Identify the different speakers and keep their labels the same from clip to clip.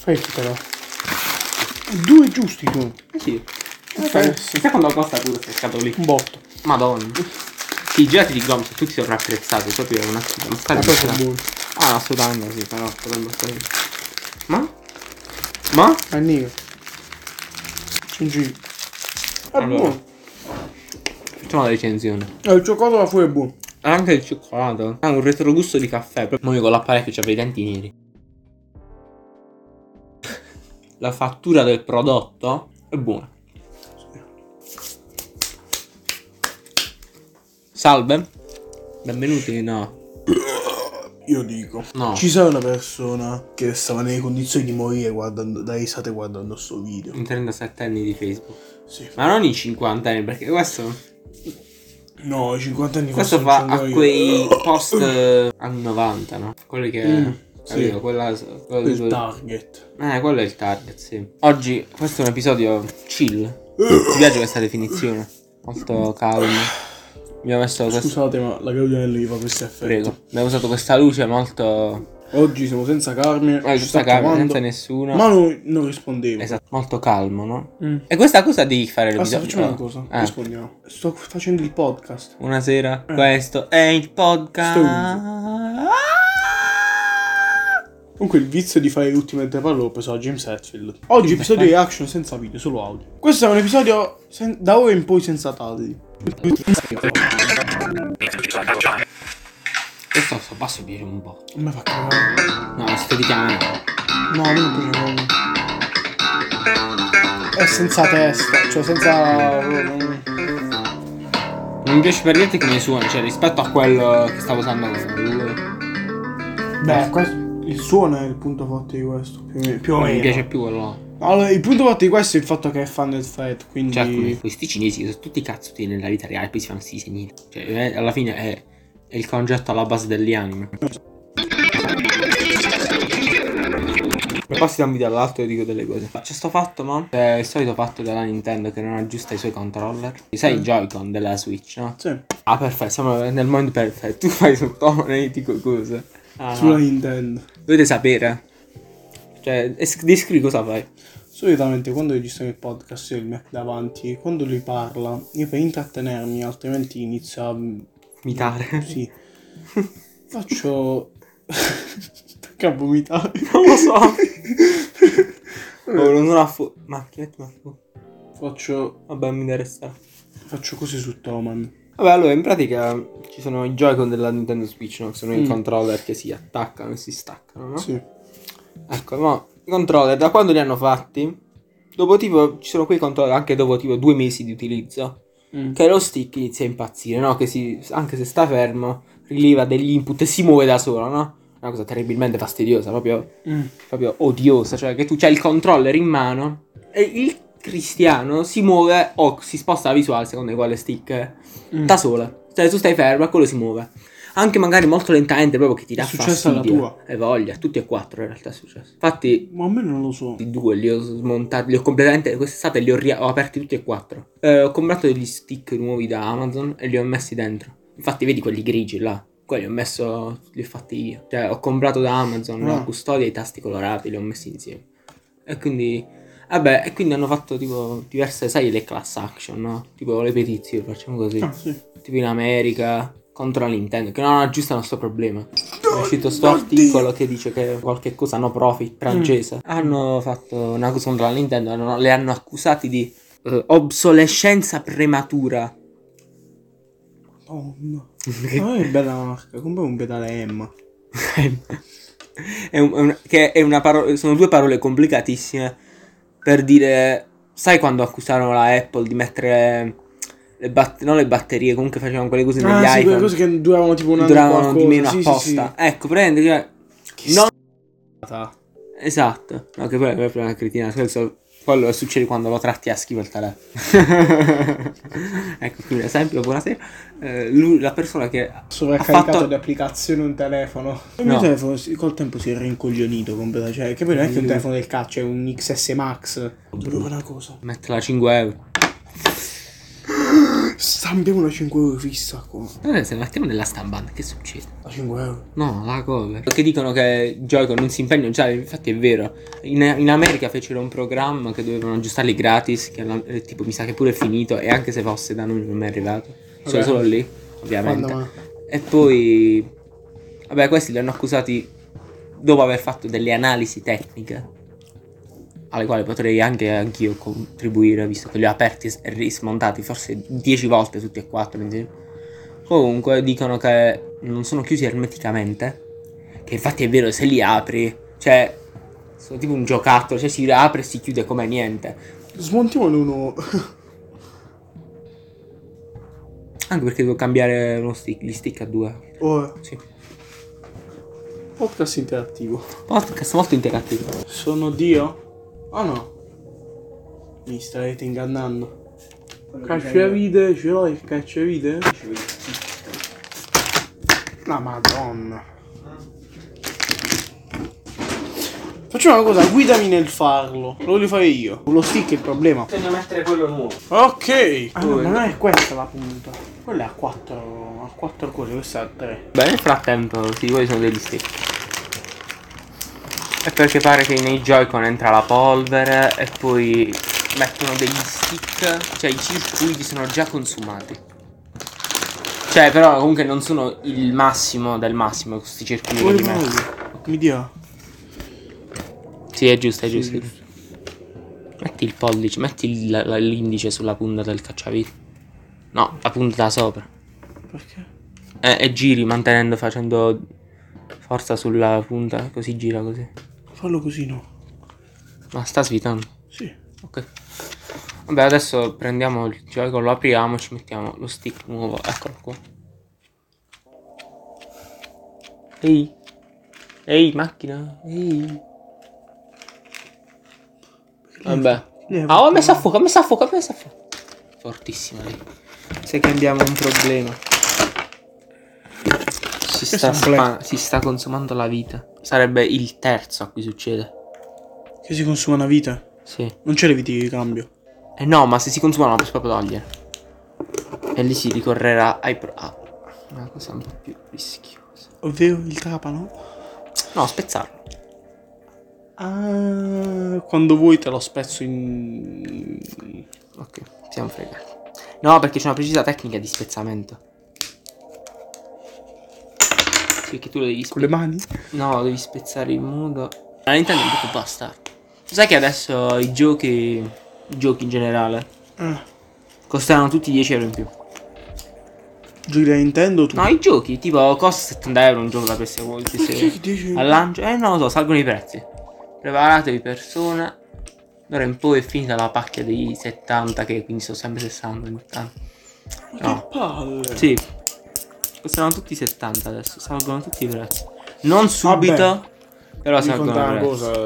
Speaker 1: Recitalo. Due giusti tu.
Speaker 2: Eh sì. Cioè,
Speaker 1: Vabbè,
Speaker 2: Sai quanto costa pure queste scatole?
Speaker 1: Un botto.
Speaker 2: Madonna. Sì, i gelati di gomma sono tutti sovrapprezzati, proprio una schifo. Non sta
Speaker 1: Ma
Speaker 2: di
Speaker 1: poi sono
Speaker 2: qualità.
Speaker 1: buoni.
Speaker 2: Ah, assolutamente sì, però potrebbe stare. Ma? Ma?
Speaker 1: Annico. Gingillo. È
Speaker 2: Allora.
Speaker 1: buono.
Speaker 2: Facciamo la recensione.
Speaker 1: Eh, Il cioccolato là fuori è buono.
Speaker 2: Ha anche il cioccolato. Ha un retrogusto di caffè. Proprio io con l'apparecchio c'avevo i denti neri. La fattura del prodotto è buona. Salve. Benvenuti, no.
Speaker 1: Io dico.
Speaker 2: No.
Speaker 1: Ci sa una persona che stava nelle condizioni di morire guardando, da risate guardando sto video.
Speaker 2: In 37 anni di Facebook.
Speaker 1: Sì.
Speaker 2: Ma non i 50 anni, perché questo.
Speaker 1: No, i 50 anni fa.
Speaker 2: Questo
Speaker 1: sono
Speaker 2: fa a
Speaker 1: cent'anni.
Speaker 2: quei post eh, anni 90, no? Quelli che.
Speaker 1: Mm,
Speaker 2: capito?
Speaker 1: sì.
Speaker 2: Quella, quello di-
Speaker 1: Il target.
Speaker 2: Eh, quello è il target, sì. Oggi questo è un episodio chill. Mi piace questa definizione. Molto calmo. Abbiamo messo questo.
Speaker 1: Scusate, ma la Claudianelli fa questo effetto.
Speaker 2: Prego. Abbiamo usato questa luce molto.
Speaker 1: Oggi siamo senza Carmine.
Speaker 2: Eh,
Speaker 1: ci
Speaker 2: giusta
Speaker 1: sta
Speaker 2: calma,
Speaker 1: chiamando,
Speaker 2: senza nessuno.
Speaker 1: Ma noi non rispondevo.
Speaker 2: Esatto, molto calmo, no?
Speaker 1: Mm.
Speaker 2: E questa cosa devi fare
Speaker 1: Basta,
Speaker 2: l'episodio.
Speaker 1: facciamo Ah, una cosa.
Speaker 2: Eh,
Speaker 1: Rispondiamo. Sto facendo il podcast.
Speaker 2: Una sera,
Speaker 1: Eh.
Speaker 2: questo è il podcast. Ah!
Speaker 1: Sto Comunque il vizio di fare l'ultimo mentre parlo l'ho preso da James Hetfield. Oggi episodio di reaction senza video, solo audio. Questo è un episodio sen- da ora in poi senza tagli.
Speaker 2: Questo sto basso piace un po'.
Speaker 1: A me fa cagare.
Speaker 2: No, esteticamente.
Speaker 1: No, a me non piace proprio. È senza testa, cioè senza...
Speaker 2: Non mi piace per niente come suona, cioè rispetto a quello che stavo usando lui.
Speaker 1: Beh, questo- il suono è il punto forte di questo, più o me- più o
Speaker 2: Non mi
Speaker 1: meno.
Speaker 2: piace più quello.
Speaker 1: Allora, il punto forte di questo è il fatto che è fan del fight, quindi...
Speaker 2: Cioè, alcuni- questi cinesi che sono tutti cazzuti nella vita reale, poi si fanno questi segni. Cioè, eh, alla fine è, è il concetto alla base degli anime. E poi si da un video all'altro e dico delle cose. C'è sto fatto, no? C'è il solito fatto della Nintendo che non aggiusta i suoi controller. Sai i Joy-Con della Switch, no?
Speaker 1: Sì,
Speaker 2: Ah, perfetto, siamo nel mondo perfetto. Tu fai sottone e dico cose. Ah,
Speaker 1: sulla Nintendo.
Speaker 2: Dovete sapere. Cioè, es- descrivi cosa fai.
Speaker 1: Solitamente quando registriamo il podcast io ho il Mac davanti, quando lui parla, io per intrattenermi, altrimenti inizia a...
Speaker 2: Vomitare.
Speaker 1: sì. Faccio... Perché a vomitare?
Speaker 2: Non lo so. Oh, non ha fu... Ma che metti una fu...
Speaker 1: Faccio...
Speaker 2: Vabbè, mi interessa.
Speaker 1: Faccio così su Toman.
Speaker 2: Vabbè, allora, in pratica ci sono i Joy-Con della Nintendo Switch, no? Che sono i
Speaker 1: Mm.
Speaker 2: controller che si attaccano e si staccano, no?
Speaker 1: Sì.
Speaker 2: Ecco, ma i controller, da quando li hanno fatti? Dopo tipo, ci sono quei controller anche dopo tipo due mesi di utilizzo.
Speaker 1: Mm.
Speaker 2: Che lo stick inizia a impazzire, no? Che si, anche se sta fermo, rileva degli input e si muove da solo, no? Una cosa terribilmente fastidiosa, proprio
Speaker 1: Mm.
Speaker 2: proprio odiosa, cioè che tu c'hai il controller in mano e il cristiano si muove o si sposta la visuale secondo quale stick eh,
Speaker 1: Mm.
Speaker 2: da sola. Cioè tu stai fermo e quello si muove. Anche magari molto lentamente proprio che ti dà
Speaker 1: È successa
Speaker 2: fastidio.
Speaker 1: alla
Speaker 2: E voglia, tutti e quattro in realtà è successo. Infatti
Speaker 1: Ma a me non lo so.
Speaker 2: i due li ho smontati, li ho completamente quest'estate li ho, ri- ho aperti tutti e quattro. Eh, ho comprato degli stick nuovi da Amazon e li ho messi dentro. Infatti vedi quelli grigi là. Quelli ho messo, li ho fatti io. Cioè, ho comprato da Amazon
Speaker 1: Ah.
Speaker 2: la custodia e i tasti colorati, li ho messi insieme. E quindi. Vabbè, e quindi hanno fatto tipo diverse, sai, le class action, no? Tipo le petizioni, facciamo così.
Speaker 1: Ah, sì.
Speaker 2: Tipo in America contro la Nintendo, che non aggiustano sto problema. È uscito sto articolo che dice che qualche cosa no profit
Speaker 1: Mm.
Speaker 2: francese. Hanno fatto una cosa contro la Nintendo, hanno- le hanno accusati di eh, obsolescenza prematura.
Speaker 1: Oh, no. Ma è bella la marca, compra un pedale M.
Speaker 2: È un- è un- che è una paro- sono due parole complicatissime per dire. Sai quando accusarono la Apple di mettere le, bat- non le batterie, comunque facevano quelle cose negli
Speaker 1: Ah, sì, quelle
Speaker 2: iPhone
Speaker 1: cose che duravano tipo un anno e
Speaker 2: duravano di
Speaker 1: qualcosa,
Speaker 2: meno
Speaker 1: sì, sì,
Speaker 2: apposta. Ecco, prende, cioè,
Speaker 1: Che
Speaker 2: non-
Speaker 1: sì.
Speaker 2: Esatto, no, che poi è proprio una cretina. nel senso, Quello succede quando lo tratti a schifo il telefono. ecco qui un esempio. Buonasera. Eh, lui, la persona che.
Speaker 1: sovraccaricato
Speaker 2: Ha fatto-
Speaker 1: di applicazioni un telefono. Il mio
Speaker 2: No.
Speaker 1: telefono si- col tempo si è rincoglionito completamente. Cioè, che poi non è che è un telefono del caccia, è un XS Max. Ti dico una cosa.
Speaker 2: Mettela a 5 euro.
Speaker 1: Sta Stampiamo una 5 euro fissa qua.
Speaker 2: Allora, Eh, se la mettiamo nella stampante, che succede?
Speaker 1: La 5 euro.
Speaker 2: No, la cover. Perché dicono che Joy-Con non si impegnano già, infatti è vero. In, in America fecero un programma che dovevano aggiustarli gratis, che alla- eh, tipo mi sa che pure è finito, e anche se fosse da noi non è arrivato. Sono
Speaker 1: Vabbè.
Speaker 2: solo lì, ovviamente.
Speaker 1: Quando ma-
Speaker 2: E poi, vabbè, questi li hanno accusati dopo aver fatto delle analisi tecniche, alle quali potrei anche anch'io contribuire, visto che li ho aperti e rismontati forse 10 volte tutti e quattro. quindi- Comunque, dicono che non sono chiusi ermeticamente, che infatti è vero, se li apri, cioè, sono tipo un giocattolo, cioè si apre e si chiude come niente.
Speaker 1: Smontiamone uno.
Speaker 2: Anche perché devo cambiare uno stick- gli stick a due.
Speaker 1: Oh,
Speaker 2: Sì.
Speaker 1: podcast interattivo.
Speaker 2: Podcast molto interattivo.
Speaker 1: Sono Dio? Ah no. Mi starete ingannando. Cacciavite, ce l'ho il cacciavite? La madonna. Facciamo una cosa, guidami nel farlo. Lo voglio fare io. Lo stick è il problema.
Speaker 2: Bisogna mettere quello nuovo.
Speaker 1: Ok. Ah, no,
Speaker 2: Dove?
Speaker 1: ma non è questa la punta. Quella è a 4. A 4 cose, questa è a 3.
Speaker 2: Beh, nel frattempo, sì, quelli sono degli stick. E perché pare che nei Joy-Con entra la polvere e poi mettono degli stick, cioè i circuiti sono già consumati. Cioè, però comunque non sono il massimo del massimo questi circuiti che
Speaker 1: Voglio
Speaker 2: li mettono.
Speaker 1: farlo. Mi dia.
Speaker 2: Sì, è giusto, è giusto.
Speaker 1: Sì,
Speaker 2: Metti il pollice, metti il- la- la- l'indice sulla punta del cacciavite. No, la punta da sopra.
Speaker 1: Perché?
Speaker 2: E, Eh, e giri mantenendo, facendo forza sulla punta, così gira così.
Speaker 1: Fallo così, no?
Speaker 2: Ma sta svitando.
Speaker 1: Sì.
Speaker 2: Ok. Vabbè, adesso prendiamo il gioco, lo apriamo, ci mettiamo lo stick nuovo, eccolo qua. Ehi. Ehi, macchina. Ehi. Vabbè.
Speaker 1: Leva.
Speaker 2: Ah, ho messo a fuoco, ho messo a fuoco, ho messo a fuoco. Fortissima lì. Sai che abbiamo un problema. Si sta,
Speaker 1: è un problema.
Speaker 2: spa- si sta consumando la vita. Sarebbe il terzo a cui succede.
Speaker 1: Che si consuma una vita.
Speaker 2: Sì.
Speaker 1: Non c'è le viti di cambio.
Speaker 2: Eh no, ma se si consumano la posso proprio togliere. E lì si ricorrerà ai pro. Ah, una cosa un po' più rischiosa.
Speaker 1: Ovvero il trapano.
Speaker 2: No, spezzarlo.
Speaker 1: Ah, quando vuoi te lo spezzo in...
Speaker 2: Ok, siamo fregati. No, perché c'è una precisa tecnica di spezzamento. Sì, perché tu lo devi
Speaker 1: Con le mani?
Speaker 2: No, devi spezzare il modo. La Nintendo è un po' basta. Sai che adesso i giochi. i giochi in generale.
Speaker 1: Ah,
Speaker 2: Costeranno tutti 10 euro in più.
Speaker 1: giochi da Nintendo tu?
Speaker 2: No, i giochi, tipo, costa 70 euro un gioco da PS1.
Speaker 1: Perché che dici?
Speaker 2: Al lancio, eh non lo so, salgono i prezzi. Preparatevi persone. D'ora in poi è finita la pacchia dei 70, che quindi sono sempre 60 ogni tanto.
Speaker 1: Ma
Speaker 2: no.
Speaker 1: Che palle.
Speaker 2: Sì. Costeranno tutti 70 adesso, salgono tutti i prezzi. Non subito, però
Speaker 1: Mi
Speaker 2: salgono i
Speaker 1: conta una
Speaker 2: prezzi.
Speaker 1: cosa,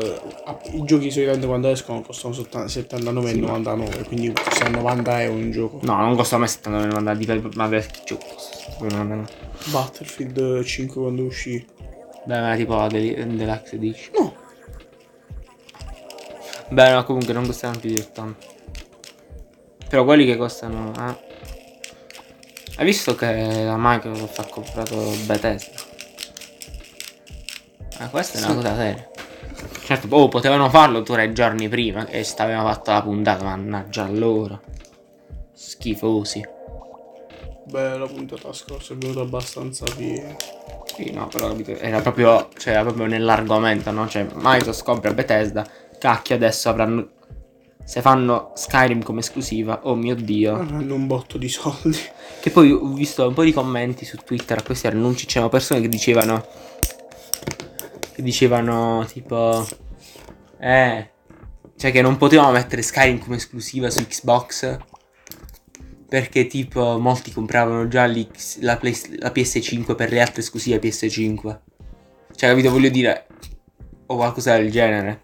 Speaker 1: ah, i giochi solitamente quando escono costano soltanto 79,99 quindi costano 90 euro un gioco.
Speaker 2: No, non costa mai 79, ma dipende, ma perché giù costa 79.
Speaker 1: Battlefield 5 quando uscì.
Speaker 2: Beh, ma tipo la del- Deluxe Edition.
Speaker 1: No,
Speaker 2: Beh, no, comunque non costano più di 80. Però quelli che costano... Eh. Hai visto che la Microsoft ha comprato Bethesda? Ma questa è una cosa seria. Certo, oh, potevano farlo tre giorni prima e stavano fatta la puntata, mannaggia allora. Schifosi.
Speaker 1: beh la puntata scorsa è venuta abbastanza piena.
Speaker 2: Sì, no, però capito, era proprio, cioè, era proprio nell'argomento, no? Cioè, Microsoft compra Bethesda, cacchio, adesso avranno... Se fanno Skyrim come esclusiva, oh mio Dio.
Speaker 1: Ah, Hanno un botto di soldi.
Speaker 2: Che poi ho visto un po' di commenti su Twitter a questi annunci, c'erano persone che dicevano... Che dicevano tipo... Eh... Cioè che non potevamo mettere Skyrim come esclusiva su Xbox. Perché tipo molti compravano già l'X- la, Play- la PS5 per le altre esclusive PS5. Cioè capito, voglio dire... O qualcosa del genere.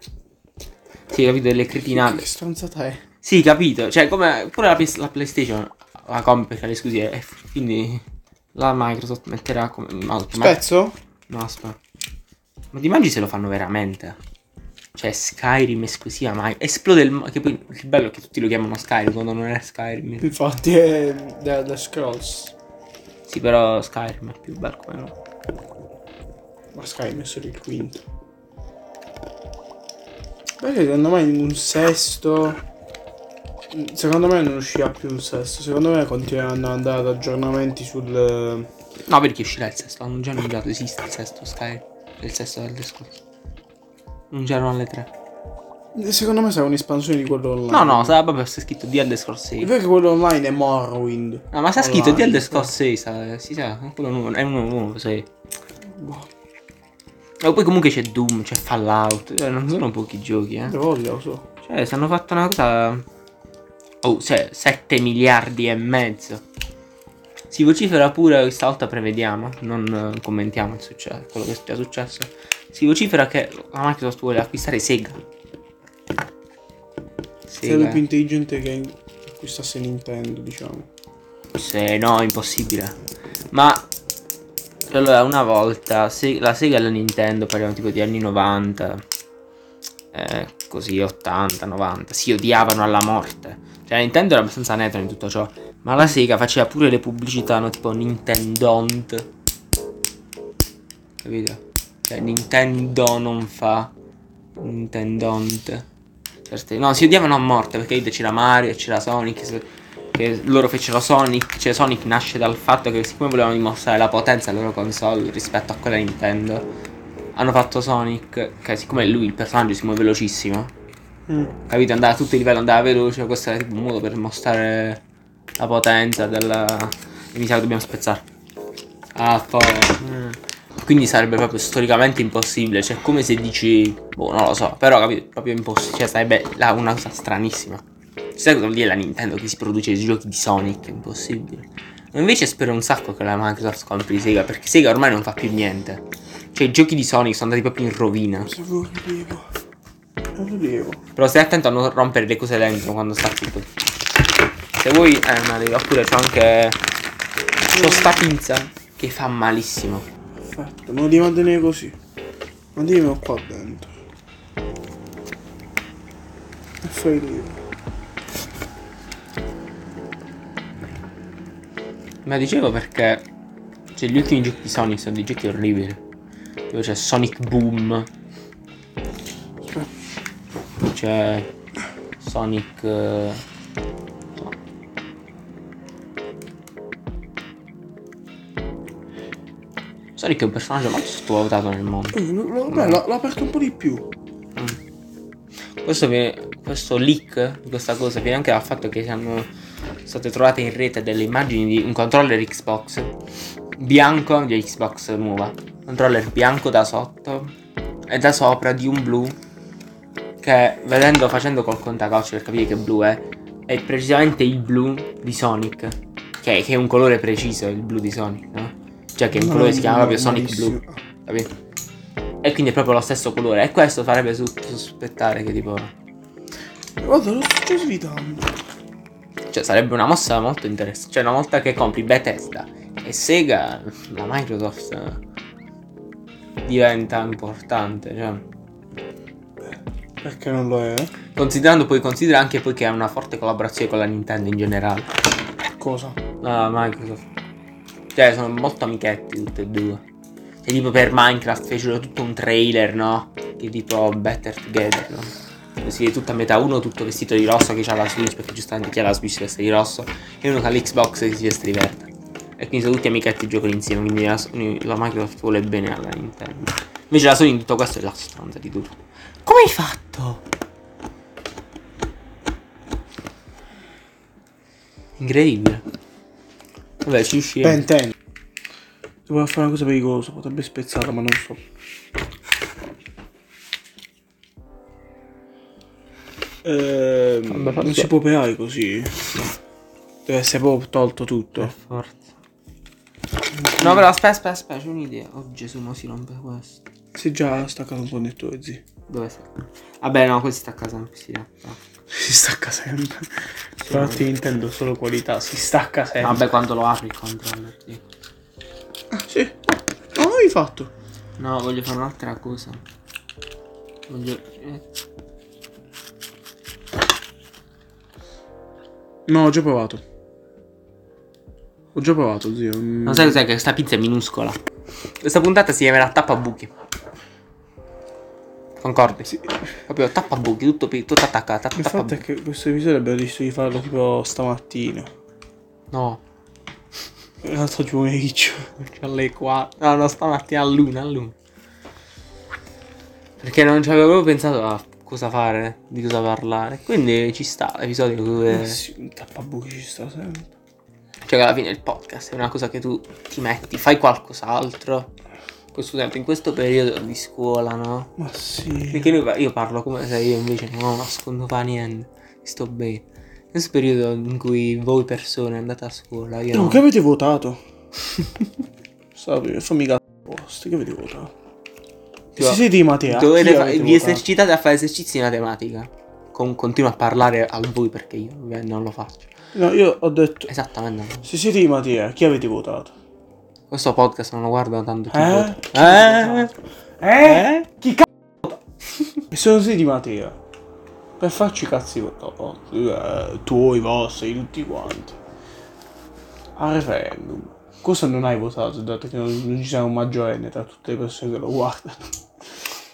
Speaker 2: Sì, capito, delle cretinate.
Speaker 1: Che stronzata è?
Speaker 2: Sì, capito. Cioè, come pure la, PS la PlayStation la compra perché le scusie. eh, Quindi la Microsoft metterà come. Ma, ma-
Speaker 1: Spezzo?
Speaker 2: no, aspetta. Ma ti mangi se lo fanno veramente? Cioè Skyrim esclusiva mai. Esplode il... ma- Che poi il bello è che tutti lo chiamano Skyrim quando non è Skyrim.
Speaker 1: Infatti è da, da Scrolls.
Speaker 2: Sì, però Skyrim è più bello come no.
Speaker 1: Ma Skyrim è solo il quinto. Perché secondo me un sesto... Secondo me non uscirà più un sesto. Secondo me continueranno ad andare ad aggiornamenti sul...
Speaker 2: No, perché uscirà il sesto? Hanno già annunciato, esiste il sesto Skyrim. Il sesto del discorso. Annunciarono alle tre.
Speaker 1: eh, Secondo me sarà un'espansione di quello online.
Speaker 2: No, no, sa, vabbè, sta scritto The Elder Scrolls
Speaker 1: Il
Speaker 2: 6.
Speaker 1: vero che quello online è Morrowind.
Speaker 2: No, ma sta scritto The
Speaker 1: Online.
Speaker 2: Elder Scrolls 6, sa, si eh, sa, quello nuovo, è uno nuovo, sai.
Speaker 1: Boh,
Speaker 2: Ma poi comunque c'è Doom, c'è Fallout, eh, non sono pochi giochi, eh.
Speaker 1: ne voglio, lo so.
Speaker 2: Cioè, se hanno fatto una cosa... Oh, cioè, 7 miliardi e mezzo. Si vocifera pure, questa volta prevediamo, non eh, commentiamo il successo, quello che è già successo. Si vocifera che la Microsoft vuole acquistare Sega.
Speaker 1: Sarebbe
Speaker 2: Sega.
Speaker 1: più intelligente che acquistasse Nintendo, diciamo.
Speaker 2: Se no, impossibile. Ma... Allora, una volta, se- la Sega e la Nintendo, parliamo tipo di anni 90, eh, così 80, 90, si odiavano alla morte. Cioè, la Nintendo era abbastanza neutra in tutto ciò, ma la Sega faceva pure le pubblicità, no? Tipo Nintendont. Capito? Cioè, Nintendo non fa Nintendont. Certe... No, si odiavano a morte perché vedi, c'era Mario, c'era Sonic. se- Che loro fecero Sonic. Cioè, Sonic nasce dal fatto che, siccome volevano dimostrare la potenza della loro console rispetto a quella Nintendo, hanno fatto Sonic. Che, siccome lui il personaggio si muove velocissimo, capito? Andava a tutto il livello, andava veloce. Questo era tipo un modo per mostrare la potenza della. E mi sa che dobbiamo spezzare. Ah, poi. Quindi sarebbe proprio storicamente impossibile, cioè come se dici, boh, non lo so, però capito, proprio impossibile, cioè sarebbe la- una cosa stranissima. Sai cosa vuol dire la Nintendo che si produce i giochi di Sonic? È impossibile. Ma invece spero un sacco che la Microsoft compri Sega, perché Sega ormai non fa più niente. Cioè i giochi di Sonic sono andati proprio in rovina.
Speaker 1: Se lo rilevo. Se lo rilevo.
Speaker 2: Però stai attento a non rompere le cose dentro quando sta tutto. Se vuoi, eh, ma devi- oppure c'ho anche... C'ho sta pinza che fa malissimo.
Speaker 1: Perfetto, me lo devi mantenere così. Mantenimelo qua dentro. E fai lì.
Speaker 2: Ma dicevo perché cioè, gli ultimi giochi di Sonic sono dei giochi orribili. Dove c'è Sonic Boom, c'è Sonic. eh, no. Sonic è un personaggio molto sottovalutato nel mondo.
Speaker 1: Eh, lo- lo- Vabbè, l'ho l'ho aperto un po' di più.
Speaker 2: Questo, viene- questo leak di questa cosa viene anche dal fatto che sono state trovate in rete delle immagini di un controller Xbox bianco di Xbox nuova, controller bianco da sotto e da sopra di un blu che vedendo facendo col contagocce per capire che blu è, è precisamente il blu di Sonic, che, che è un colore preciso, il blu di Sonic, no? Cioè che è un colore che si chiama proprio Sonic Blue.
Speaker 1: blu.
Speaker 2: Capito? E quindi è proprio lo stesso colore. E questo farebbe su- sospettare che tipo.
Speaker 1: Guarda, lo sto svitando.
Speaker 2: Cioè, sarebbe una mossa molto interessante. Cioè, una volta che compri Bethesda e Sega, la Microsoft eh, diventa importante. Cioè.
Speaker 1: Perché non lo è?
Speaker 2: Considerando poi, considera anche poi che ha una forte collaborazione con la Nintendo in generale.
Speaker 1: Cosa?
Speaker 2: La Microsoft. Cioè, sono molto amichetti tutti e due. E tipo per Minecraft fecero tutto un trailer, no? Che tipo Better Together, no? Dove Si vede tutta a metà uno tutto vestito di rosso che ha la Switch, perché giustamente chi ha la Switch si veste di rosso, e uno che ha l'Xbox che si veste di verde. E quindi sono tutti amichetti e giocano insieme, quindi la, Sony- la Microsoft vuole bene alla Nintendo. Invece la Sony in tutto questo è la stronza di tutto. Come hai fatto? Incredibile. Vabbè, ci usciamo.
Speaker 1: Ben ten. Devo fare una cosa pericolosa, potrebbe spezzarla, ma non so. Ehm,
Speaker 2: Vabbè,
Speaker 1: Ehm, non
Speaker 2: forse-
Speaker 1: si può operare così. Deve essere proprio tolto tutto.
Speaker 2: Forza. No, però aspetta, aspetta, aspetta, c'è un'idea. Oh Gesù, mo si rompe questo.
Speaker 1: Si è già staccato un connettore, zio.
Speaker 2: Dove sei? Vabbè, no, questo sta a casa. Sì, no.
Speaker 1: Si stacca sempre. Però ti intendo solo qualità, si stacca sempre.
Speaker 2: Eh, Vabbè, quando lo apri il controller. ti dico.
Speaker 1: Ah, sì. Non l'avevi fatto.
Speaker 2: No, voglio fare un'altra cosa. Voglio- eh.
Speaker 1: No, ho già provato. Ho già provato, zio. mm.
Speaker 2: Non sai cos'è che questa pizza è minuscola. Questa puntata si chiamerà tappa buchi. Concordi?
Speaker 1: Sì.
Speaker 2: Proprio tappa buchi, tutto, pi- tutto attaccato.
Speaker 1: Il
Speaker 2: Tappa
Speaker 1: fatto è
Speaker 2: buchi.
Speaker 1: che questo episodio abbiamo deciso di farlo tipo stamattina.
Speaker 2: No,
Speaker 1: In realtà pomeriggio.
Speaker 2: c'è alle 4. No, no, stamattina all'una, all'una. Perché non ci avevo proprio pensato a cosa fare, di cosa parlare. Quindi ci sta l'episodio dove.
Speaker 1: Eh. Sì, un tappabuchi ci sta sempre.
Speaker 2: Cioè, che alla fine il podcast è una cosa che tu ti metti, fai qualcos'altro. Poi, scusate, in questo periodo di scuola, no?
Speaker 1: Ma sì.
Speaker 2: Perché noi pa- io parlo come se io invece non nascondo fa niente, sto bene. In questo periodo in cui voi persone andate a scuola, io
Speaker 1: No,
Speaker 2: no.
Speaker 1: che avete votato? Sapete, fammi cazzo posti, che avete votato? E
Speaker 2: Tipo,
Speaker 1: se siete i Matea,
Speaker 2: Dovete
Speaker 1: chi
Speaker 2: fa-
Speaker 1: avete
Speaker 2: vi
Speaker 1: votato?
Speaker 2: esercitate a fare esercizi di matematica. Con- continuo a parlare al voi perché io ovviamente non lo faccio.
Speaker 1: No, io ho detto,
Speaker 2: Esattamente. no.
Speaker 1: se siete i Matea, chi avete votato?
Speaker 2: Questo podcast non lo guardo tanto chi
Speaker 1: Eh?
Speaker 2: vota.
Speaker 1: Chi avete votato? Eh?
Speaker 2: Eh?
Speaker 1: Chi cazzo E se non siete di Matea, per farci i cazzi vostri, eh, tuoi, vostri, tutti quanti, al referendum, cosa non hai votato, dato che non, non ci sarà un maggiorenne tra tutte le persone che lo guardano?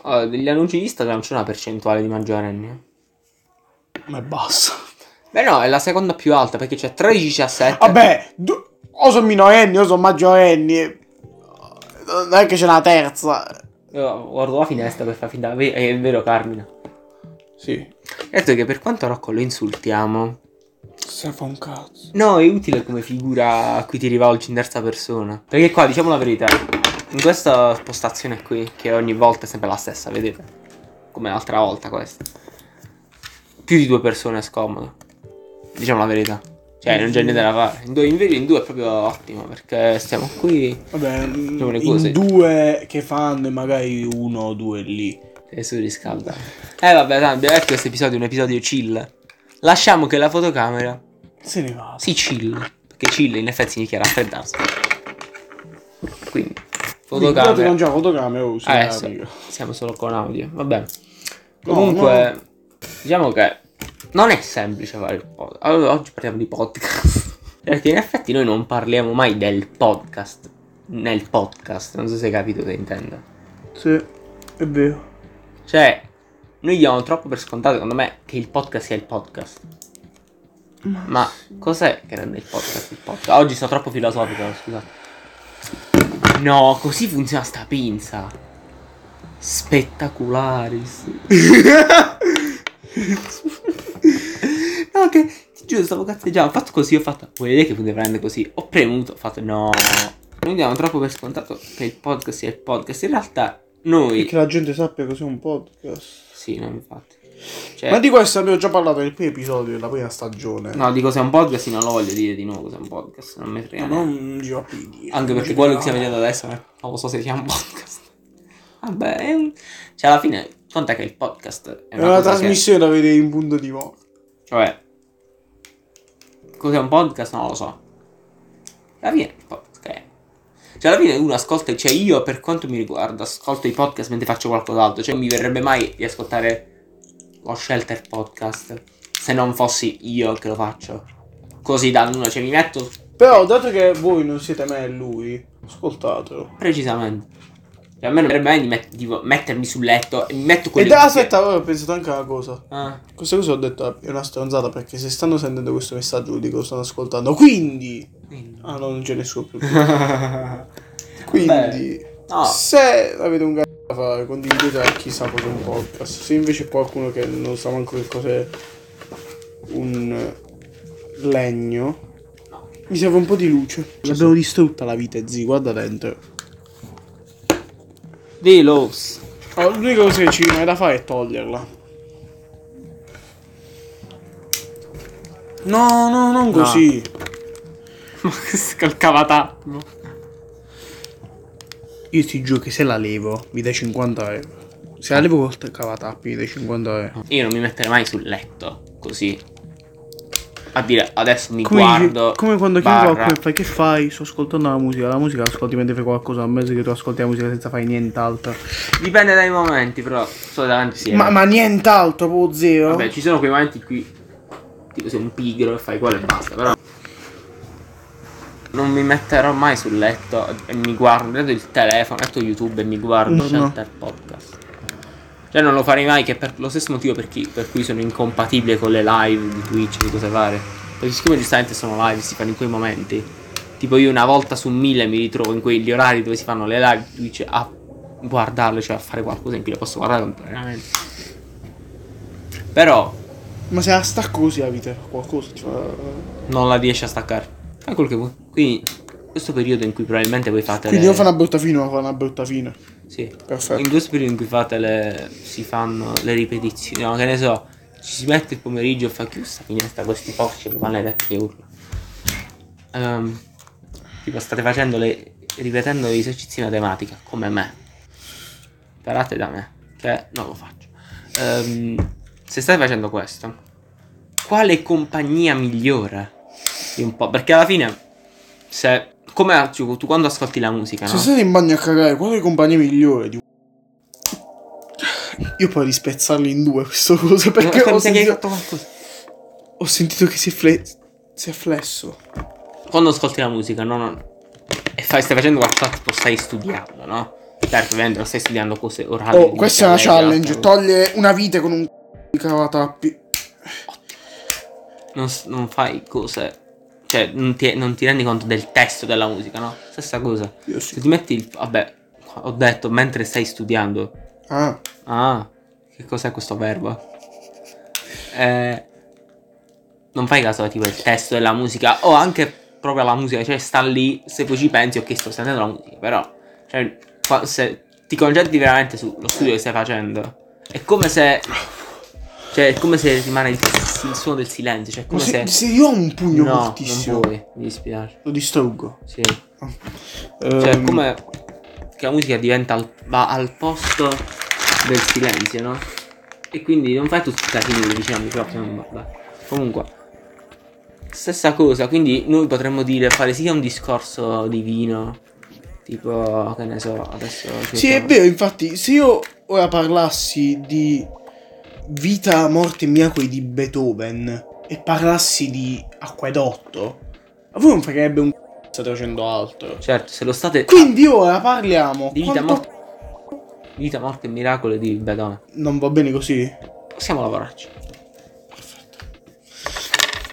Speaker 2: Allora, Oh, degli annunci di Instagram c'è una percentuale di maggiorenni. eh?
Speaker 1: Ma è basta.
Speaker 2: Beh no, è la seconda più alta perché c'è 13-17.
Speaker 1: Vabbè, du- o sono minorenni o sono maggiorenni, eh, non è che c'è una terza.
Speaker 2: Io guardo la finestra per far finta. Ve- È vero Carmina.
Speaker 1: Sì,
Speaker 2: Detto che per quanto Rocco lo insultiamo.
Speaker 1: serve un cazzo.
Speaker 2: No, è utile come figura a cui ti rivolgi in terza persona. Perché qua, diciamo la verità, in questa postazione qui, che ogni volta è sempre la stessa, vedete? Come l'altra volta questa. Più di due persone è scomodo. Diciamo la verità. Cioè, non c'è niente da fare. In due, in, in due è proprio ottimo, perché stiamo qui.
Speaker 1: Vabbè,
Speaker 2: Facciamo le
Speaker 1: in
Speaker 2: cose.
Speaker 1: due che fanno e magari uno o due lì.
Speaker 2: E si riscalda. Eh vabbè, tanto, abbiamo detto che questo episodio è un episodio chill. Lasciamo che la fotocamera
Speaker 1: Se ne va.
Speaker 2: si chill. Perché chill in effetti significa raffreddarsi. Quindi,
Speaker 1: Guardate,
Speaker 2: fotocamera.
Speaker 1: non c'è la fotocamera, usi la
Speaker 2: Adesso
Speaker 1: amica.
Speaker 2: siamo solo con audio. Vabbè.
Speaker 1: No,
Speaker 2: Comunque, diciamo che non è semplice fare il podcast. Allora, oggi parliamo di podcast. Perché in effetti noi non parliamo mai del podcast. Nel podcast, non so se hai capito cosa intendo.
Speaker 1: Sì, è vero.
Speaker 2: Cioè, noi diamo troppo per scontato, secondo me, che il podcast sia il podcast. Ma cos'è che rende il podcast il podcast? Oggi sono troppo filosofico, scusate. No, così funziona sta pinza. Spettacularis. no, che ti giuro, stavo cazzeggiando. Ho fatto così, ho fatto. Vuoi vedere che poteva rendere così? Ho premuto, ho fatto no. Noi diamo troppo per scontato che il podcast sia il podcast. In realtà, noi.
Speaker 1: Perché la gente sappia cos'è un podcast.
Speaker 2: Sì, no, infatti. Cioè,
Speaker 1: Ma di questo abbiamo già parlato nel primo episodio della prima stagione.
Speaker 2: no, dico se è un podcast, sì, non lo voglio dire di nuovo cos'è un podcast, non mi frega. niente.
Speaker 1: Non ci va più di dire.
Speaker 2: Anche perché quello che stiamo vedendo adesso eh, non lo so se sia un podcast. Vabbè, è un- cioè alla fine, conta che il podcast è
Speaker 1: È
Speaker 2: una,
Speaker 1: una
Speaker 2: cosa che-
Speaker 1: trasmissione da vedere in punto di vista.
Speaker 2: Vabbè. Cos'è un podcast? Non lo so. Alla fine, il podcast è- Cioè, alla fine uno ascolta, cioè io per quanto mi riguarda, ascolto i podcast mentre faccio qualcos'altro. Cioè, non mi verrebbe mai di ascoltare lo shelter podcast se non fossi io che lo faccio. Così da nulla, cioè mi metto
Speaker 1: Però, dato che voi non siete me e lui, ascoltatelo.
Speaker 2: precisamente. Cioè, a me non verrebbe mai di, met- di vo- mettermi sul letto e mi metto
Speaker 1: E
Speaker 2: quelli.
Speaker 1: da, aspetta, ora ho pensato anche a una cosa.
Speaker 2: Ah.
Speaker 1: Questa cosa ho detto è una stronzata perché se stanno sentendo questo messaggio vuol dire che lo stanno ascoltando. Quindi...
Speaker 2: quindi.
Speaker 1: Ah no, non c'è nessuno più.
Speaker 2: Vabbè.
Speaker 1: Quindi...
Speaker 2: No.
Speaker 1: Se avete un cazzo da fare, condividete a chi sa cos'è un podcast. Se invece qualcuno che non sa manco che cos'è un eh, legno,
Speaker 2: No.
Speaker 1: mi serve un po' di luce. L'abbiamo distrutta la vita, zii, guarda dentro.
Speaker 2: Dei Loves.
Speaker 1: Oh, l'unica cosa che ci rimane da fare è toglierla. No, no, non così.
Speaker 2: Ma che scalcava tappo.
Speaker 1: Io ti giuro che se la levo mi dai 50 euro. Se la levo col cavatappi mi dai 50 euro.
Speaker 2: Io non mi metterei mai sul letto, così. a dire adesso mi
Speaker 1: Come,
Speaker 2: guardo.
Speaker 1: come quando chiami
Speaker 2: barra.
Speaker 1: qualcuno e fai che fai? Sto ascoltando la musica, la musica ascolti mentre fai qualcosa, a mezzo che tu ascolti la musica senza fare nient'altro.
Speaker 2: Dipende dai momenti, però sto davanti sì. eh.
Speaker 1: Ma, ma nient'altro, proprio zero.
Speaker 2: Vabbè, ci sono quei momenti in cui tipo sei un pigro e fai quello e basta, però non mi metterò mai sul letto e mi guardo, vedo il telefono, metto YouTube e mi guardo
Speaker 1: No, no.
Speaker 2: Shelter Podcast. Cioè non lo farei mai che per lo stesso motivo per, chi- per cui sono incompatibile con le live di Twitch, di cose varie. Perché siccome giustamente sono live, si fanno in quei momenti. Tipo io una volta su mille mi ritrovo in quegli orari dove si fanno le live di Twitch a guardarle, cioè a fare qualcosa in cui le posso guardare completamente. Però
Speaker 1: Ma se la stacco così la vita, qualcosa ti fa.
Speaker 2: non la riesci a staccare. Fai quel che vuoi. Quindi, questo periodo in cui probabilmente voi fate
Speaker 1: Quindi
Speaker 2: le.
Speaker 1: io fa una brutta fine, ma fa una brutta fine.
Speaker 2: Sì. In
Speaker 1: Perfetto.
Speaker 2: questo periodo in cui fate le. si fanno le ripetizioni. No, che ne so. Ci si mette il pomeriggio e fa chiusa sta finestra questi porci maledetti che urla. Ehm, tipo, state facendo le. ripetendo gli esercizi di matematica, come me. Imparate da me, che non lo faccio. Ehm, se state facendo questo, quale compagnia migliore? Di un po'. Perché alla fine, se. Come tu tu quando ascolti la musica,
Speaker 1: Se
Speaker 2: no?
Speaker 1: siete in bagno a cagare, qual è il compagno migliore di Io poi di spezzarli in due questo coso perché
Speaker 2: Perché
Speaker 1: ho
Speaker 2: mi sa che hai
Speaker 1: sentito,
Speaker 2: fatto qualcosa.
Speaker 1: ho sentito che si, fle- si è flesso.
Speaker 2: quando ascolti la musica, no, no, e fai, stai facendo qualcosa, tipo stai studiando, no? Certo, ovviamente non stai studiando cose orali.
Speaker 1: Oh,
Speaker 2: di
Speaker 1: questa è una
Speaker 2: materia,
Speaker 1: challenge.
Speaker 2: però-
Speaker 1: Toglie una vite con un c***o di cavatappi.
Speaker 2: non, s- non fai cose. Cioè, non ti, non ti rendi conto del testo della musica, no? Stessa cosa.
Speaker 1: Io
Speaker 2: Se
Speaker 1: sì.
Speaker 2: ti metti il. Vabbè, ho detto mentre stai studiando.
Speaker 1: Ah,
Speaker 2: Ah, che cos'è questo verbo? Eh, non fai caso tipo il testo della musica o anche proprio alla musica, cioè sta lì, se poi ci pensi, ok, sto sentendo la musica, però cioè, fa- se ti concentri veramente sullo studio che stai facendo, è come se cioè è come se rimane il, il suono del silenzio, cioè è
Speaker 1: ma
Speaker 2: come
Speaker 1: se,
Speaker 2: se,
Speaker 1: se io ho un pugno
Speaker 2: no,
Speaker 1: fortissimo,
Speaker 2: non puoi, mi dispiace.
Speaker 1: lo distruggo.
Speaker 2: Sì. Cioè, è
Speaker 1: Ehm,
Speaker 2: come che la musica diventa al, va al posto del silenzio, no? E quindi non fai tutto il casino che diciamo microfono, vabbè. Comunque, stessa cosa, quindi noi potremmo dire fare sia un discorso divino, tipo, che ne so, adesso... ci
Speaker 1: Sì, è
Speaker 2: mettiamo-
Speaker 1: vero, infatti, se io ora parlassi di vita, morte e miracoli di Beethoven e parlassi di acquedotto, a voi non fregherebbe un c***o, state facendo altro.
Speaker 2: Certo, se lo state...
Speaker 1: Quindi ora parliamo
Speaker 2: Di vita,
Speaker 1: quanto-
Speaker 2: morte, vita, morte e miracolo di Beethoven.
Speaker 1: Non va bene così?
Speaker 2: Possiamo lavorarci.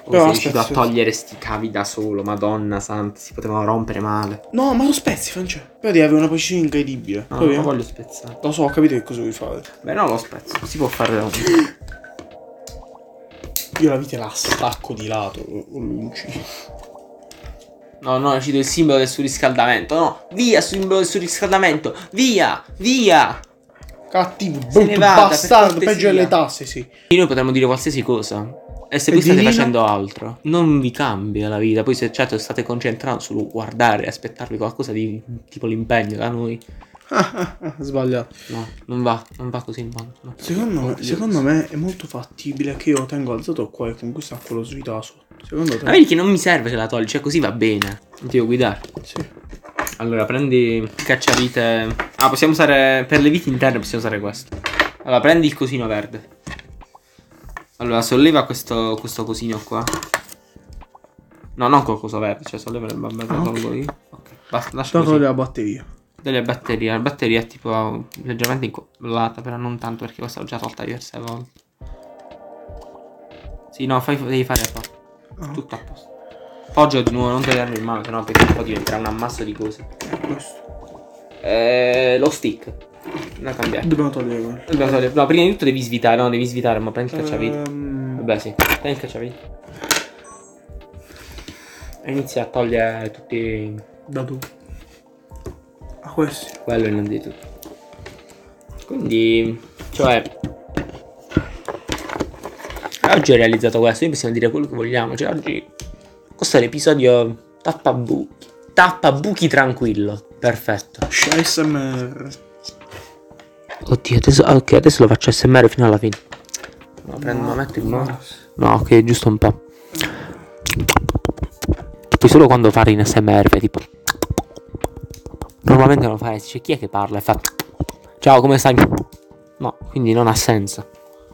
Speaker 2: Perfetto.
Speaker 1: Però aspetta,
Speaker 2: sei riuscito a
Speaker 1: sì.
Speaker 2: togliere sti cavi da solo, madonna santa, si potevano rompere male.
Speaker 1: No, ma lo spezzi, Francesco. Però devi avere una precisione incredibile.
Speaker 2: No,
Speaker 1: Poi
Speaker 2: non lo
Speaker 1: vediamo.
Speaker 2: voglio spezzare.
Speaker 1: Lo so, ho capito che cosa vuoi fare.
Speaker 2: Beh, no, lo spezzo. Si può fare da un.
Speaker 1: Io la vite la stacco di lato, o lunci.
Speaker 2: No, no, è uscito il simbolo del surriscaldamento. No, via, simbolo del surriscaldamento. Via, via.
Speaker 1: Cattivo,
Speaker 2: ne
Speaker 1: brutto
Speaker 2: vada, per
Speaker 1: bastardo,
Speaker 2: cortesia.
Speaker 1: peggio delle tasse, sì.
Speaker 2: Quindi noi potremmo dire qualsiasi cosa. E se
Speaker 1: E
Speaker 2: voi
Speaker 1: di
Speaker 2: state
Speaker 1: lì no?
Speaker 2: facendo altro, non vi cambia la vita. Poi, se certo state concentrando sul guardare, aspettarvi qualcosa di tipo l'impegno da noi,
Speaker 1: Sbagliato.
Speaker 2: no, non va, non va così il mondo. no.
Speaker 1: Secondo me,
Speaker 2: Oddio.
Speaker 1: secondo me è molto fattibile che io tengo alzato qua e con questa quello svita sotto. Secondo
Speaker 2: Ma
Speaker 1: te?
Speaker 2: vedi che non mi serve che la togli, cioè così va bene. Non ti devo guidare.
Speaker 1: Sì.
Speaker 2: Allora, prendi il cacciavite. Ah, possiamo usare. Per le viti interne possiamo usare questo. Allora, prendi il cosino verde. Allora, solleva questo, questo cosino qua. No, non col coso verde, cioè solleva le bambole.
Speaker 1: Ah, ok.
Speaker 2: tolgo io. Ok, basta, lascia
Speaker 1: Tolgo
Speaker 2: così.
Speaker 1: la batteria.
Speaker 2: Delle batterie. La batteria è tipo leggermente incollata, però non tanto perché questa l'ho già tolta diverse volte. Sì, no, fai, devi fare qua.
Speaker 1: Ah,
Speaker 2: Tutto a posto. Poggio di nuovo, non toglierlo in mano, sennò poi poi diventerà un ammasso di cose.
Speaker 1: questo.
Speaker 2: Eh, lo stick. No, cambiare.
Speaker 1: Eh, Dobbiamo togliere quello.
Speaker 2: Dobbiamo togliere- No, prima di tutto devi svitare, no, devi svitare, ma prendi il cacciavite.
Speaker 1: Ehm,
Speaker 2: Vabbè, sì, prendi il cacciavite. E inizia a togliere tutti
Speaker 1: Da tu. A questi.
Speaker 2: quello innanzitutto. Quindi, cioè... Oggi ho realizzato questo, noi possiamo dire quello che vogliamo, cioè oggi... Questo è l'episodio tappabuchi. Tappabuchi tranquillo. Perfetto.
Speaker 1: ASMR.
Speaker 2: Oddio, adesso, ah, ok, adesso lo faccio SMR fino alla fine. No, prendo, metto in mano. No, ok, giusto un po'. scoppi solo quando parli in smr tipo normalmente non fai c'è chi è che parla e fa ciao come stai no quindi non ha senso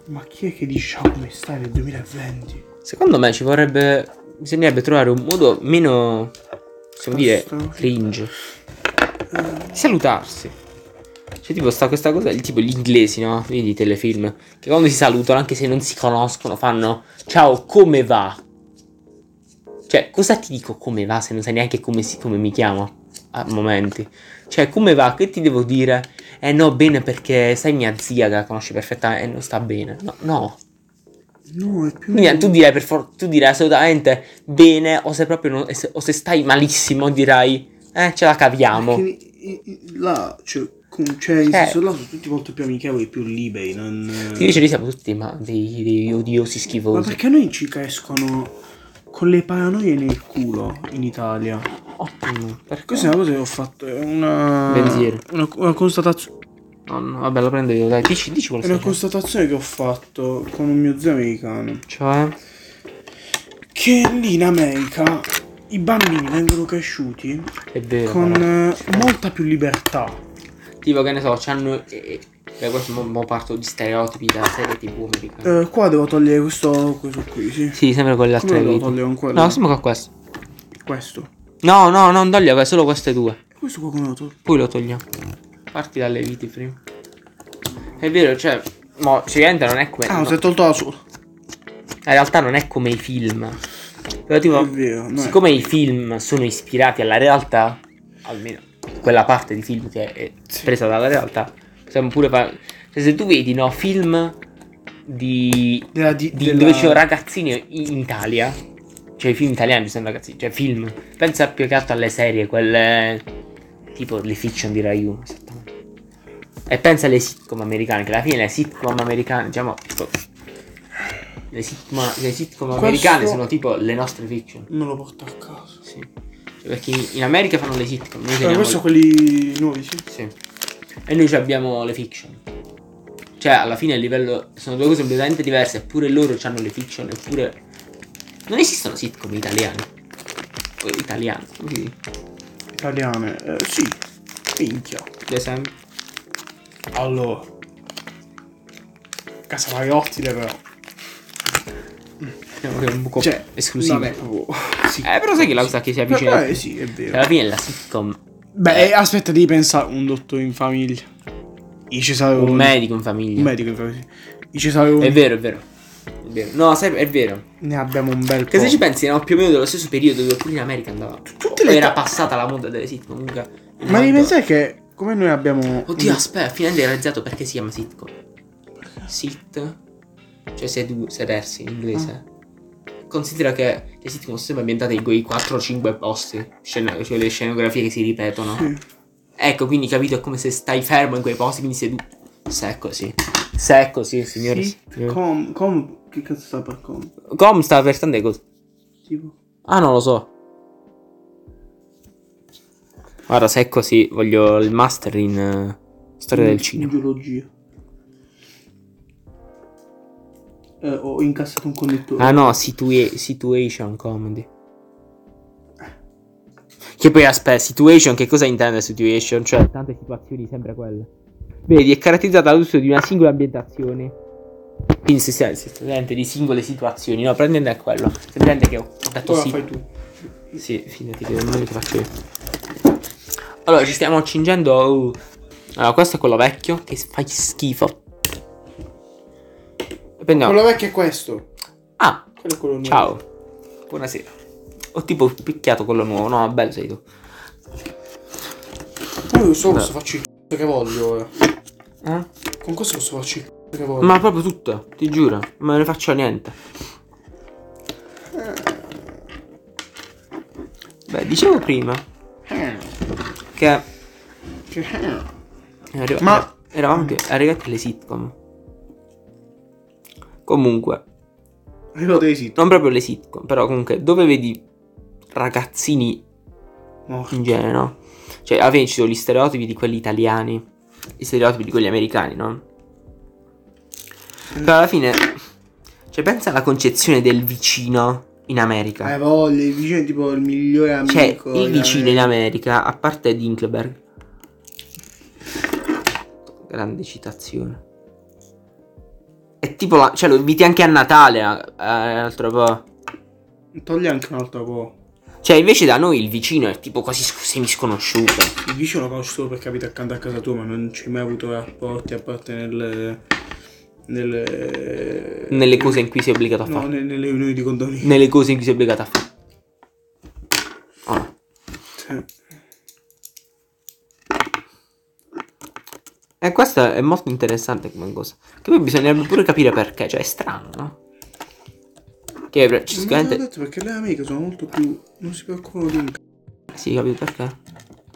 Speaker 1: Ma chi è che dice "Ah, come stai nel 2020?
Speaker 2: secondo me ci vorrebbe bisognerebbe trovare un modo meno possiamo dire
Speaker 1: Questo.
Speaker 2: cringe di salutarsi cioè tipo sta questa cosa tipo gli inglesi no vedi i telefilm che quando si salutano anche se non si conoscono fanno ciao come va cioè cosa ti dico come va se non sai neanche come, si- come mi chiamo a momenti cioè come va che ti devo dire eh no bene perché sai mia zia che la conosci perfettamente e non sta bene no no
Speaker 1: No, è più.
Speaker 2: quindi eh, tu direi, per for- tu direi assolutamente bene o se proprio non- e se- o se stai malissimo dirai eh ce la caviamo.
Speaker 1: Perché i- i- Là, cioè, con- cioè, in
Speaker 2: Eh.
Speaker 1: senso, là sono tutti molto più amichevoli, più liberi. Non...
Speaker 2: Invece lì siamo tutti ma, dei, dei odiosi
Speaker 1: Ma
Speaker 2: schifosi.
Speaker 1: perché a noi ci escono con le paranoie nel culo in Italia?
Speaker 2: Ottimo. Perché?
Speaker 1: Questa è una cosa che ho fatto, è una.
Speaker 2: Pensiero.
Speaker 1: Una, una constatazio-
Speaker 2: No, no, vabbè lo prendo io, dai, dici, dici quello
Speaker 1: è una
Speaker 2: che stai
Speaker 1: constatazione che ho fatto con un mio zio americano.
Speaker 2: facendo. Cioè?
Speaker 1: Che lì in America i bambini vengono cresciuti
Speaker 2: È vero.
Speaker 1: con
Speaker 2: però.
Speaker 1: eh, molta più libertà.
Speaker 2: Tipo che ne so, c'hanno... eh, eh, questo mo, mo parto di stereotipi da serie tv americane.
Speaker 1: Eh, qua devo togliere questo, questo qui, sì.
Speaker 2: Sì, sempre con le
Speaker 1: Come
Speaker 2: altre
Speaker 1: lo devo
Speaker 2: vite.
Speaker 1: togliere con quello?
Speaker 2: No, siamo con questo.
Speaker 1: Questo.
Speaker 2: No, no, non togliamo, è solo queste due.
Speaker 1: E questo qua come lo tolgo?
Speaker 2: Poi lo togliamo. Parti dalle viti prima. È vero, cioè. Mo, sicuramente non è quello.
Speaker 1: Ah, si è tolto la sola.
Speaker 2: In realtà non è come i film. Però tipo,
Speaker 1: È vero, no, è-
Speaker 2: siccome i film sono ispirati alla realtà, almeno quella parte di film che è
Speaker 1: Sì.
Speaker 2: presa dalla realtà, possiamo pure fare. Cioè, se tu vedi, no, film di.
Speaker 1: Della di-
Speaker 2: di-
Speaker 1: della-
Speaker 2: dove ci sono ragazzini in Italia. Cioè, i film italiani ci sono ragazzini. Cioè, film. Pensa più che altro alle serie, quelle. Tipo le fiction di Rai 1, esattamente. E pensa alle sitcom americane, che alla fine le sitcom americane, diciamo, tipo, le sitcom, le sitcom
Speaker 1: Questo-
Speaker 2: americane sono tipo le nostre fiction.
Speaker 1: Me lo porto a casa.
Speaker 2: Sì. Cioè, perché in America fanno le sitcom, noi
Speaker 1: Eh,
Speaker 2: teniamo
Speaker 1: questi sono quelli nuovi, sì.
Speaker 2: sì. E noi ci abbiamo le fiction. Cioè, alla fine a livello. Sono due cose completamente diverse. Eppure loro hanno le fiction, eppure. Non esistono sitcom italiane. O italiane, così.
Speaker 1: Italiane. Eh, sì. Minchia.
Speaker 2: Ad esempio.
Speaker 1: Allora. Casa Mariottide però.
Speaker 2: Diciamo che è un buco
Speaker 1: Cioè,
Speaker 2: esclusivo.
Speaker 1: non è proprio... Sì.
Speaker 2: Eh, però sai che la cosa che si avvicina.
Speaker 1: Vabbè, sì, è
Speaker 2: Cioè,
Speaker 1: vero.
Speaker 2: alla fine la sitcom.
Speaker 1: Beh, eh, aspetta di pensare. Un dottore in famiglia. Io ci sapevo
Speaker 2: Un medico in famiglia.
Speaker 1: Un medico in famiglia. Io ci sapevo
Speaker 2: È
Speaker 1: un...
Speaker 2: vero, è vero. È vero. No, sai, è vero.
Speaker 1: Ne abbiamo un bel po'.
Speaker 2: Che se ci pensi, no, più o meno dello stesso periodo dove pure in America andava.
Speaker 1: Oh. Tutte le-
Speaker 2: Era passata la moda delle sitcom. Comunque. il
Speaker 1: Ma devi
Speaker 2: mondo-
Speaker 1: pensare che come noi abbiamo...
Speaker 2: Oddio, aspetta, finalmente hai realizzato perché si chiama sitcom. Sit, cioè sedu- sedersi in inglese. Considera che le sitcom sono sempre ambientate in quei 4-5 posti, scena- cioè le scenografie che si ripetono.
Speaker 1: Sì.
Speaker 2: Ecco, quindi capito, è come se stai fermo in quei posti, quindi seduto. Se è così. Se è così, signore. signore.
Speaker 1: Com, com, che cazzo sta per com?
Speaker 2: Com sta per tante cose.
Speaker 1: Tipo...
Speaker 2: Ah, non lo so. Guarda, se è così, voglio il master in eh, storia del
Speaker 1: in-
Speaker 2: cinema.
Speaker 1: In geologia. Eh, ho incassato un connettore.
Speaker 2: Ah no, situa- situation comedy. Che poi aspetta, situation, che cosa intende situation? Cioè, tante situazioni, sempre quelle. Vedi, è caratterizzata dall'uso di una singola ambientazione. Quindi se si se si sente di singole situazioni, no, prendendo è quello. Se prende che ho detto
Speaker 1: Ora
Speaker 2: sì.
Speaker 1: fai tu.
Speaker 2: Sì, fidati che non lo faccio io. Allora, ci stiamo accingendo. uh. Allora, questo è quello vecchio che fa schifo. E prendiamo.
Speaker 1: Quello vecchio è questo.
Speaker 2: Ah,
Speaker 1: Quello è quello nuovo.
Speaker 2: Ciao, buonasera. Ho tipo picchiato quello nuovo, no, bello sei tu.
Speaker 1: Poi io solo
Speaker 2: Beh.
Speaker 1: posso farci il c***o che voglio ora.
Speaker 2: Eh?
Speaker 1: Con questo posso farci il c***o che voglio.
Speaker 2: Ma proprio tutto, ti giuro, non me ne faccio niente. Beh, dicevo prima
Speaker 1: Eh,
Speaker 2: che arriva-
Speaker 1: Ma-
Speaker 2: eravamo anche arrivati alle sitcom. Comunque,
Speaker 1: Arrivo dei siti.
Speaker 2: non proprio le sitcom, però comunque dove vedi ragazzini
Speaker 1: No.
Speaker 2: in genere, no? Cioè, alla fine ci sono gli stereotipi di quelli italiani, gli stereotipi di quelli americani, no? Però alla fine, cioè, pensa alla concezione del vicino in America.
Speaker 1: Eh, voglio, il vicino è tipo il migliore
Speaker 2: C'è
Speaker 1: amico. eh,
Speaker 2: il vicino in
Speaker 1: America.
Speaker 2: America, a parte Dinkleberg. Grande citazione. È tipo la, cioè lo inviti anche a Natale, a- a- altro po'.
Speaker 1: Togli anche un altro po'.
Speaker 2: Cioè, invece da noi il vicino è tipo quasi sc- semisconosciuto.
Speaker 1: Il vicino lo conosco solo perché abita accanto a casa tua, ma non ci hai mai avuto rapporti a parte nel. nelle.
Speaker 2: Nelle cose in cui sei obbligato a
Speaker 1: No,
Speaker 2: fare.
Speaker 1: ne- nelle riunioni di condominio.
Speaker 2: Nelle cose in cui sei obbligato a fare. Ah.
Speaker 1: Cioè,
Speaker 2: E questo Eh, è molto interessante come cosa. Che poi bisognerebbe pure capire perché. Cioè, è strano, no? Che pre- ci-
Speaker 1: Non te l'ho
Speaker 2: sicuramente.
Speaker 1: detto perché le amiche sono molto più. non si preoccupano di un c***o.
Speaker 2: Sì, capito perché.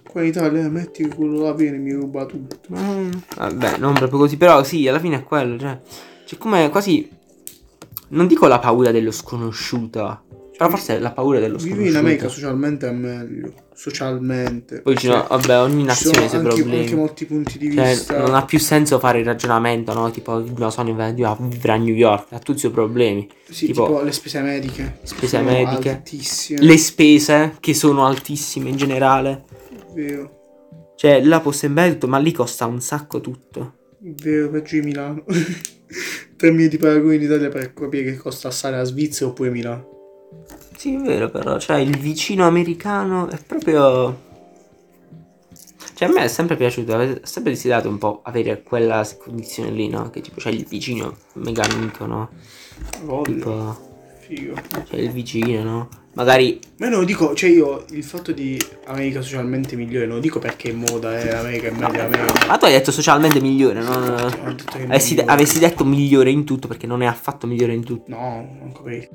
Speaker 1: Qua in Italia metti che quello là viene e mi ruba tutto.
Speaker 2: Mm, Vabbè, non proprio così, però sì, alla fine è quello, cioè, c'è come quasi, non dico la paura dello sconosciuto, però forse è la paura dello
Speaker 1: Vivi in America
Speaker 2: sconosciuto.
Speaker 1: socialmente è meglio. Socialmente.
Speaker 2: Poi ci sono, vabbè, ogni
Speaker 1: ci sono
Speaker 2: nazione ha i
Speaker 1: anche,
Speaker 2: suoi
Speaker 1: anche
Speaker 2: problemi.
Speaker 1: molti punti di
Speaker 2: Cioè,
Speaker 1: vista.
Speaker 2: non ha più senso fare il ragionamento, no? Tipo, non so, ne va- a vivere a New York, ha tutti i suoi problemi.
Speaker 1: Sì, tipo,
Speaker 2: tipo-
Speaker 1: le spese mediche.
Speaker 2: Spese
Speaker 1: sono
Speaker 2: mediche.
Speaker 1: Altissime.
Speaker 2: Le spese, che sono altissime in generale.
Speaker 1: Vero.
Speaker 2: Cioè, là può sembrare tutto, ma lì costa un sacco tutto.
Speaker 1: Vero, peggio di Milano. Termini di paragone in Italia per capire che costa stare a Svizzera oppure Milano.
Speaker 2: Sì, è vero, però, cioè, il vicino americano è proprio. Cioè, a me è sempre piaciuto, è sempre desiderato un po' avere quella condizione lì, no? Che tipo, c'è il vicino mega amico, no?
Speaker 1: Voglio.
Speaker 2: Tipo,
Speaker 1: Figo.
Speaker 2: c'è il vicino, no? Magari,
Speaker 1: Ma non lo dico, cioè io il fatto di America socialmente migliore non lo dico perché è moda, eh, America è meglio, America.
Speaker 2: ma tu hai detto socialmente migliore, no?
Speaker 1: Ho detto che è
Speaker 2: Ah. Avessi,
Speaker 1: migliore.
Speaker 2: avessi detto migliore in tutto perché non è affatto migliore in tutto.
Speaker 1: No, non capire.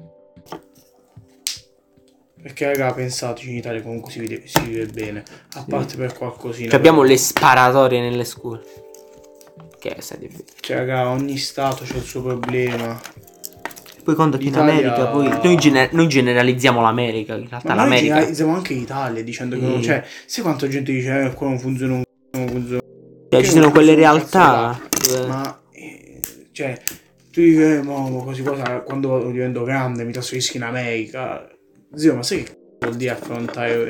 Speaker 1: Perché raga, pensateci, in Italia comunque si vive, si vive bene. A parte per qualcosina.
Speaker 2: Cioè, abbiamo
Speaker 1: però-
Speaker 2: le sparatorie nelle scuole. Che è stato
Speaker 1: Cioè raga, ogni stato c'ha il suo problema.
Speaker 2: Poi conto che in
Speaker 1: L'Italia-
Speaker 2: America, poi noi, gener- noi generalizziamo l'America, in realtà
Speaker 1: Ma noi
Speaker 2: l'America.
Speaker 1: generalizziamo anche in Italia dicendo che non
Speaker 2: Mm.
Speaker 1: cioè, sai quanto gente dice eh, qua non funziona un c***o, non funziona un
Speaker 2: Cioè, ci sono quelle realtà.
Speaker 1: c***o".
Speaker 2: dove-
Speaker 1: Ma eh, cioè, tu dici eh, mo, mo, così cosa quando divento grande mi trasferisco in America. Zio, ma sai che c***o vuol dire affrontare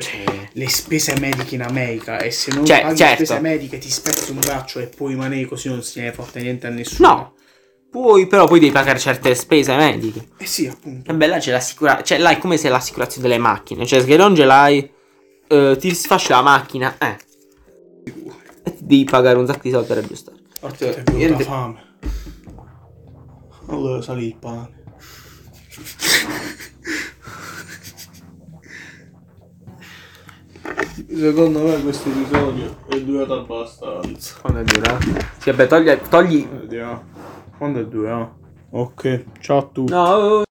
Speaker 1: le spese mediche in America e se non
Speaker 2: Cioè,
Speaker 1: paghi
Speaker 2: certo.
Speaker 1: le spese mediche ti spezzi un braccio e puoi rimanere così non si ne porta niente a nessuno.
Speaker 2: No, puoi, però poi devi pagare certe spese mediche.
Speaker 1: Eh sì, appunto.
Speaker 2: E beh, là c'è l'assicurazione. Cioè, là è come se l'assicurazione delle macchine. Cioè, se non ce l'hai, eh, ti sfascia la macchina, eh. E ti devi pagare un sacco di soldi per aggiustare.
Speaker 1: Orte, è
Speaker 2: io
Speaker 1: venuta
Speaker 2: de-
Speaker 1: fame. Allora salì il pane. Secondo me questo episodio è durato abbastanza.
Speaker 2: Quando è durato? Sì, vabbè, togli. togli...
Speaker 1: Vediamo. Quando è durato? ah? Ok, ciao a tutti.
Speaker 2: No, oh,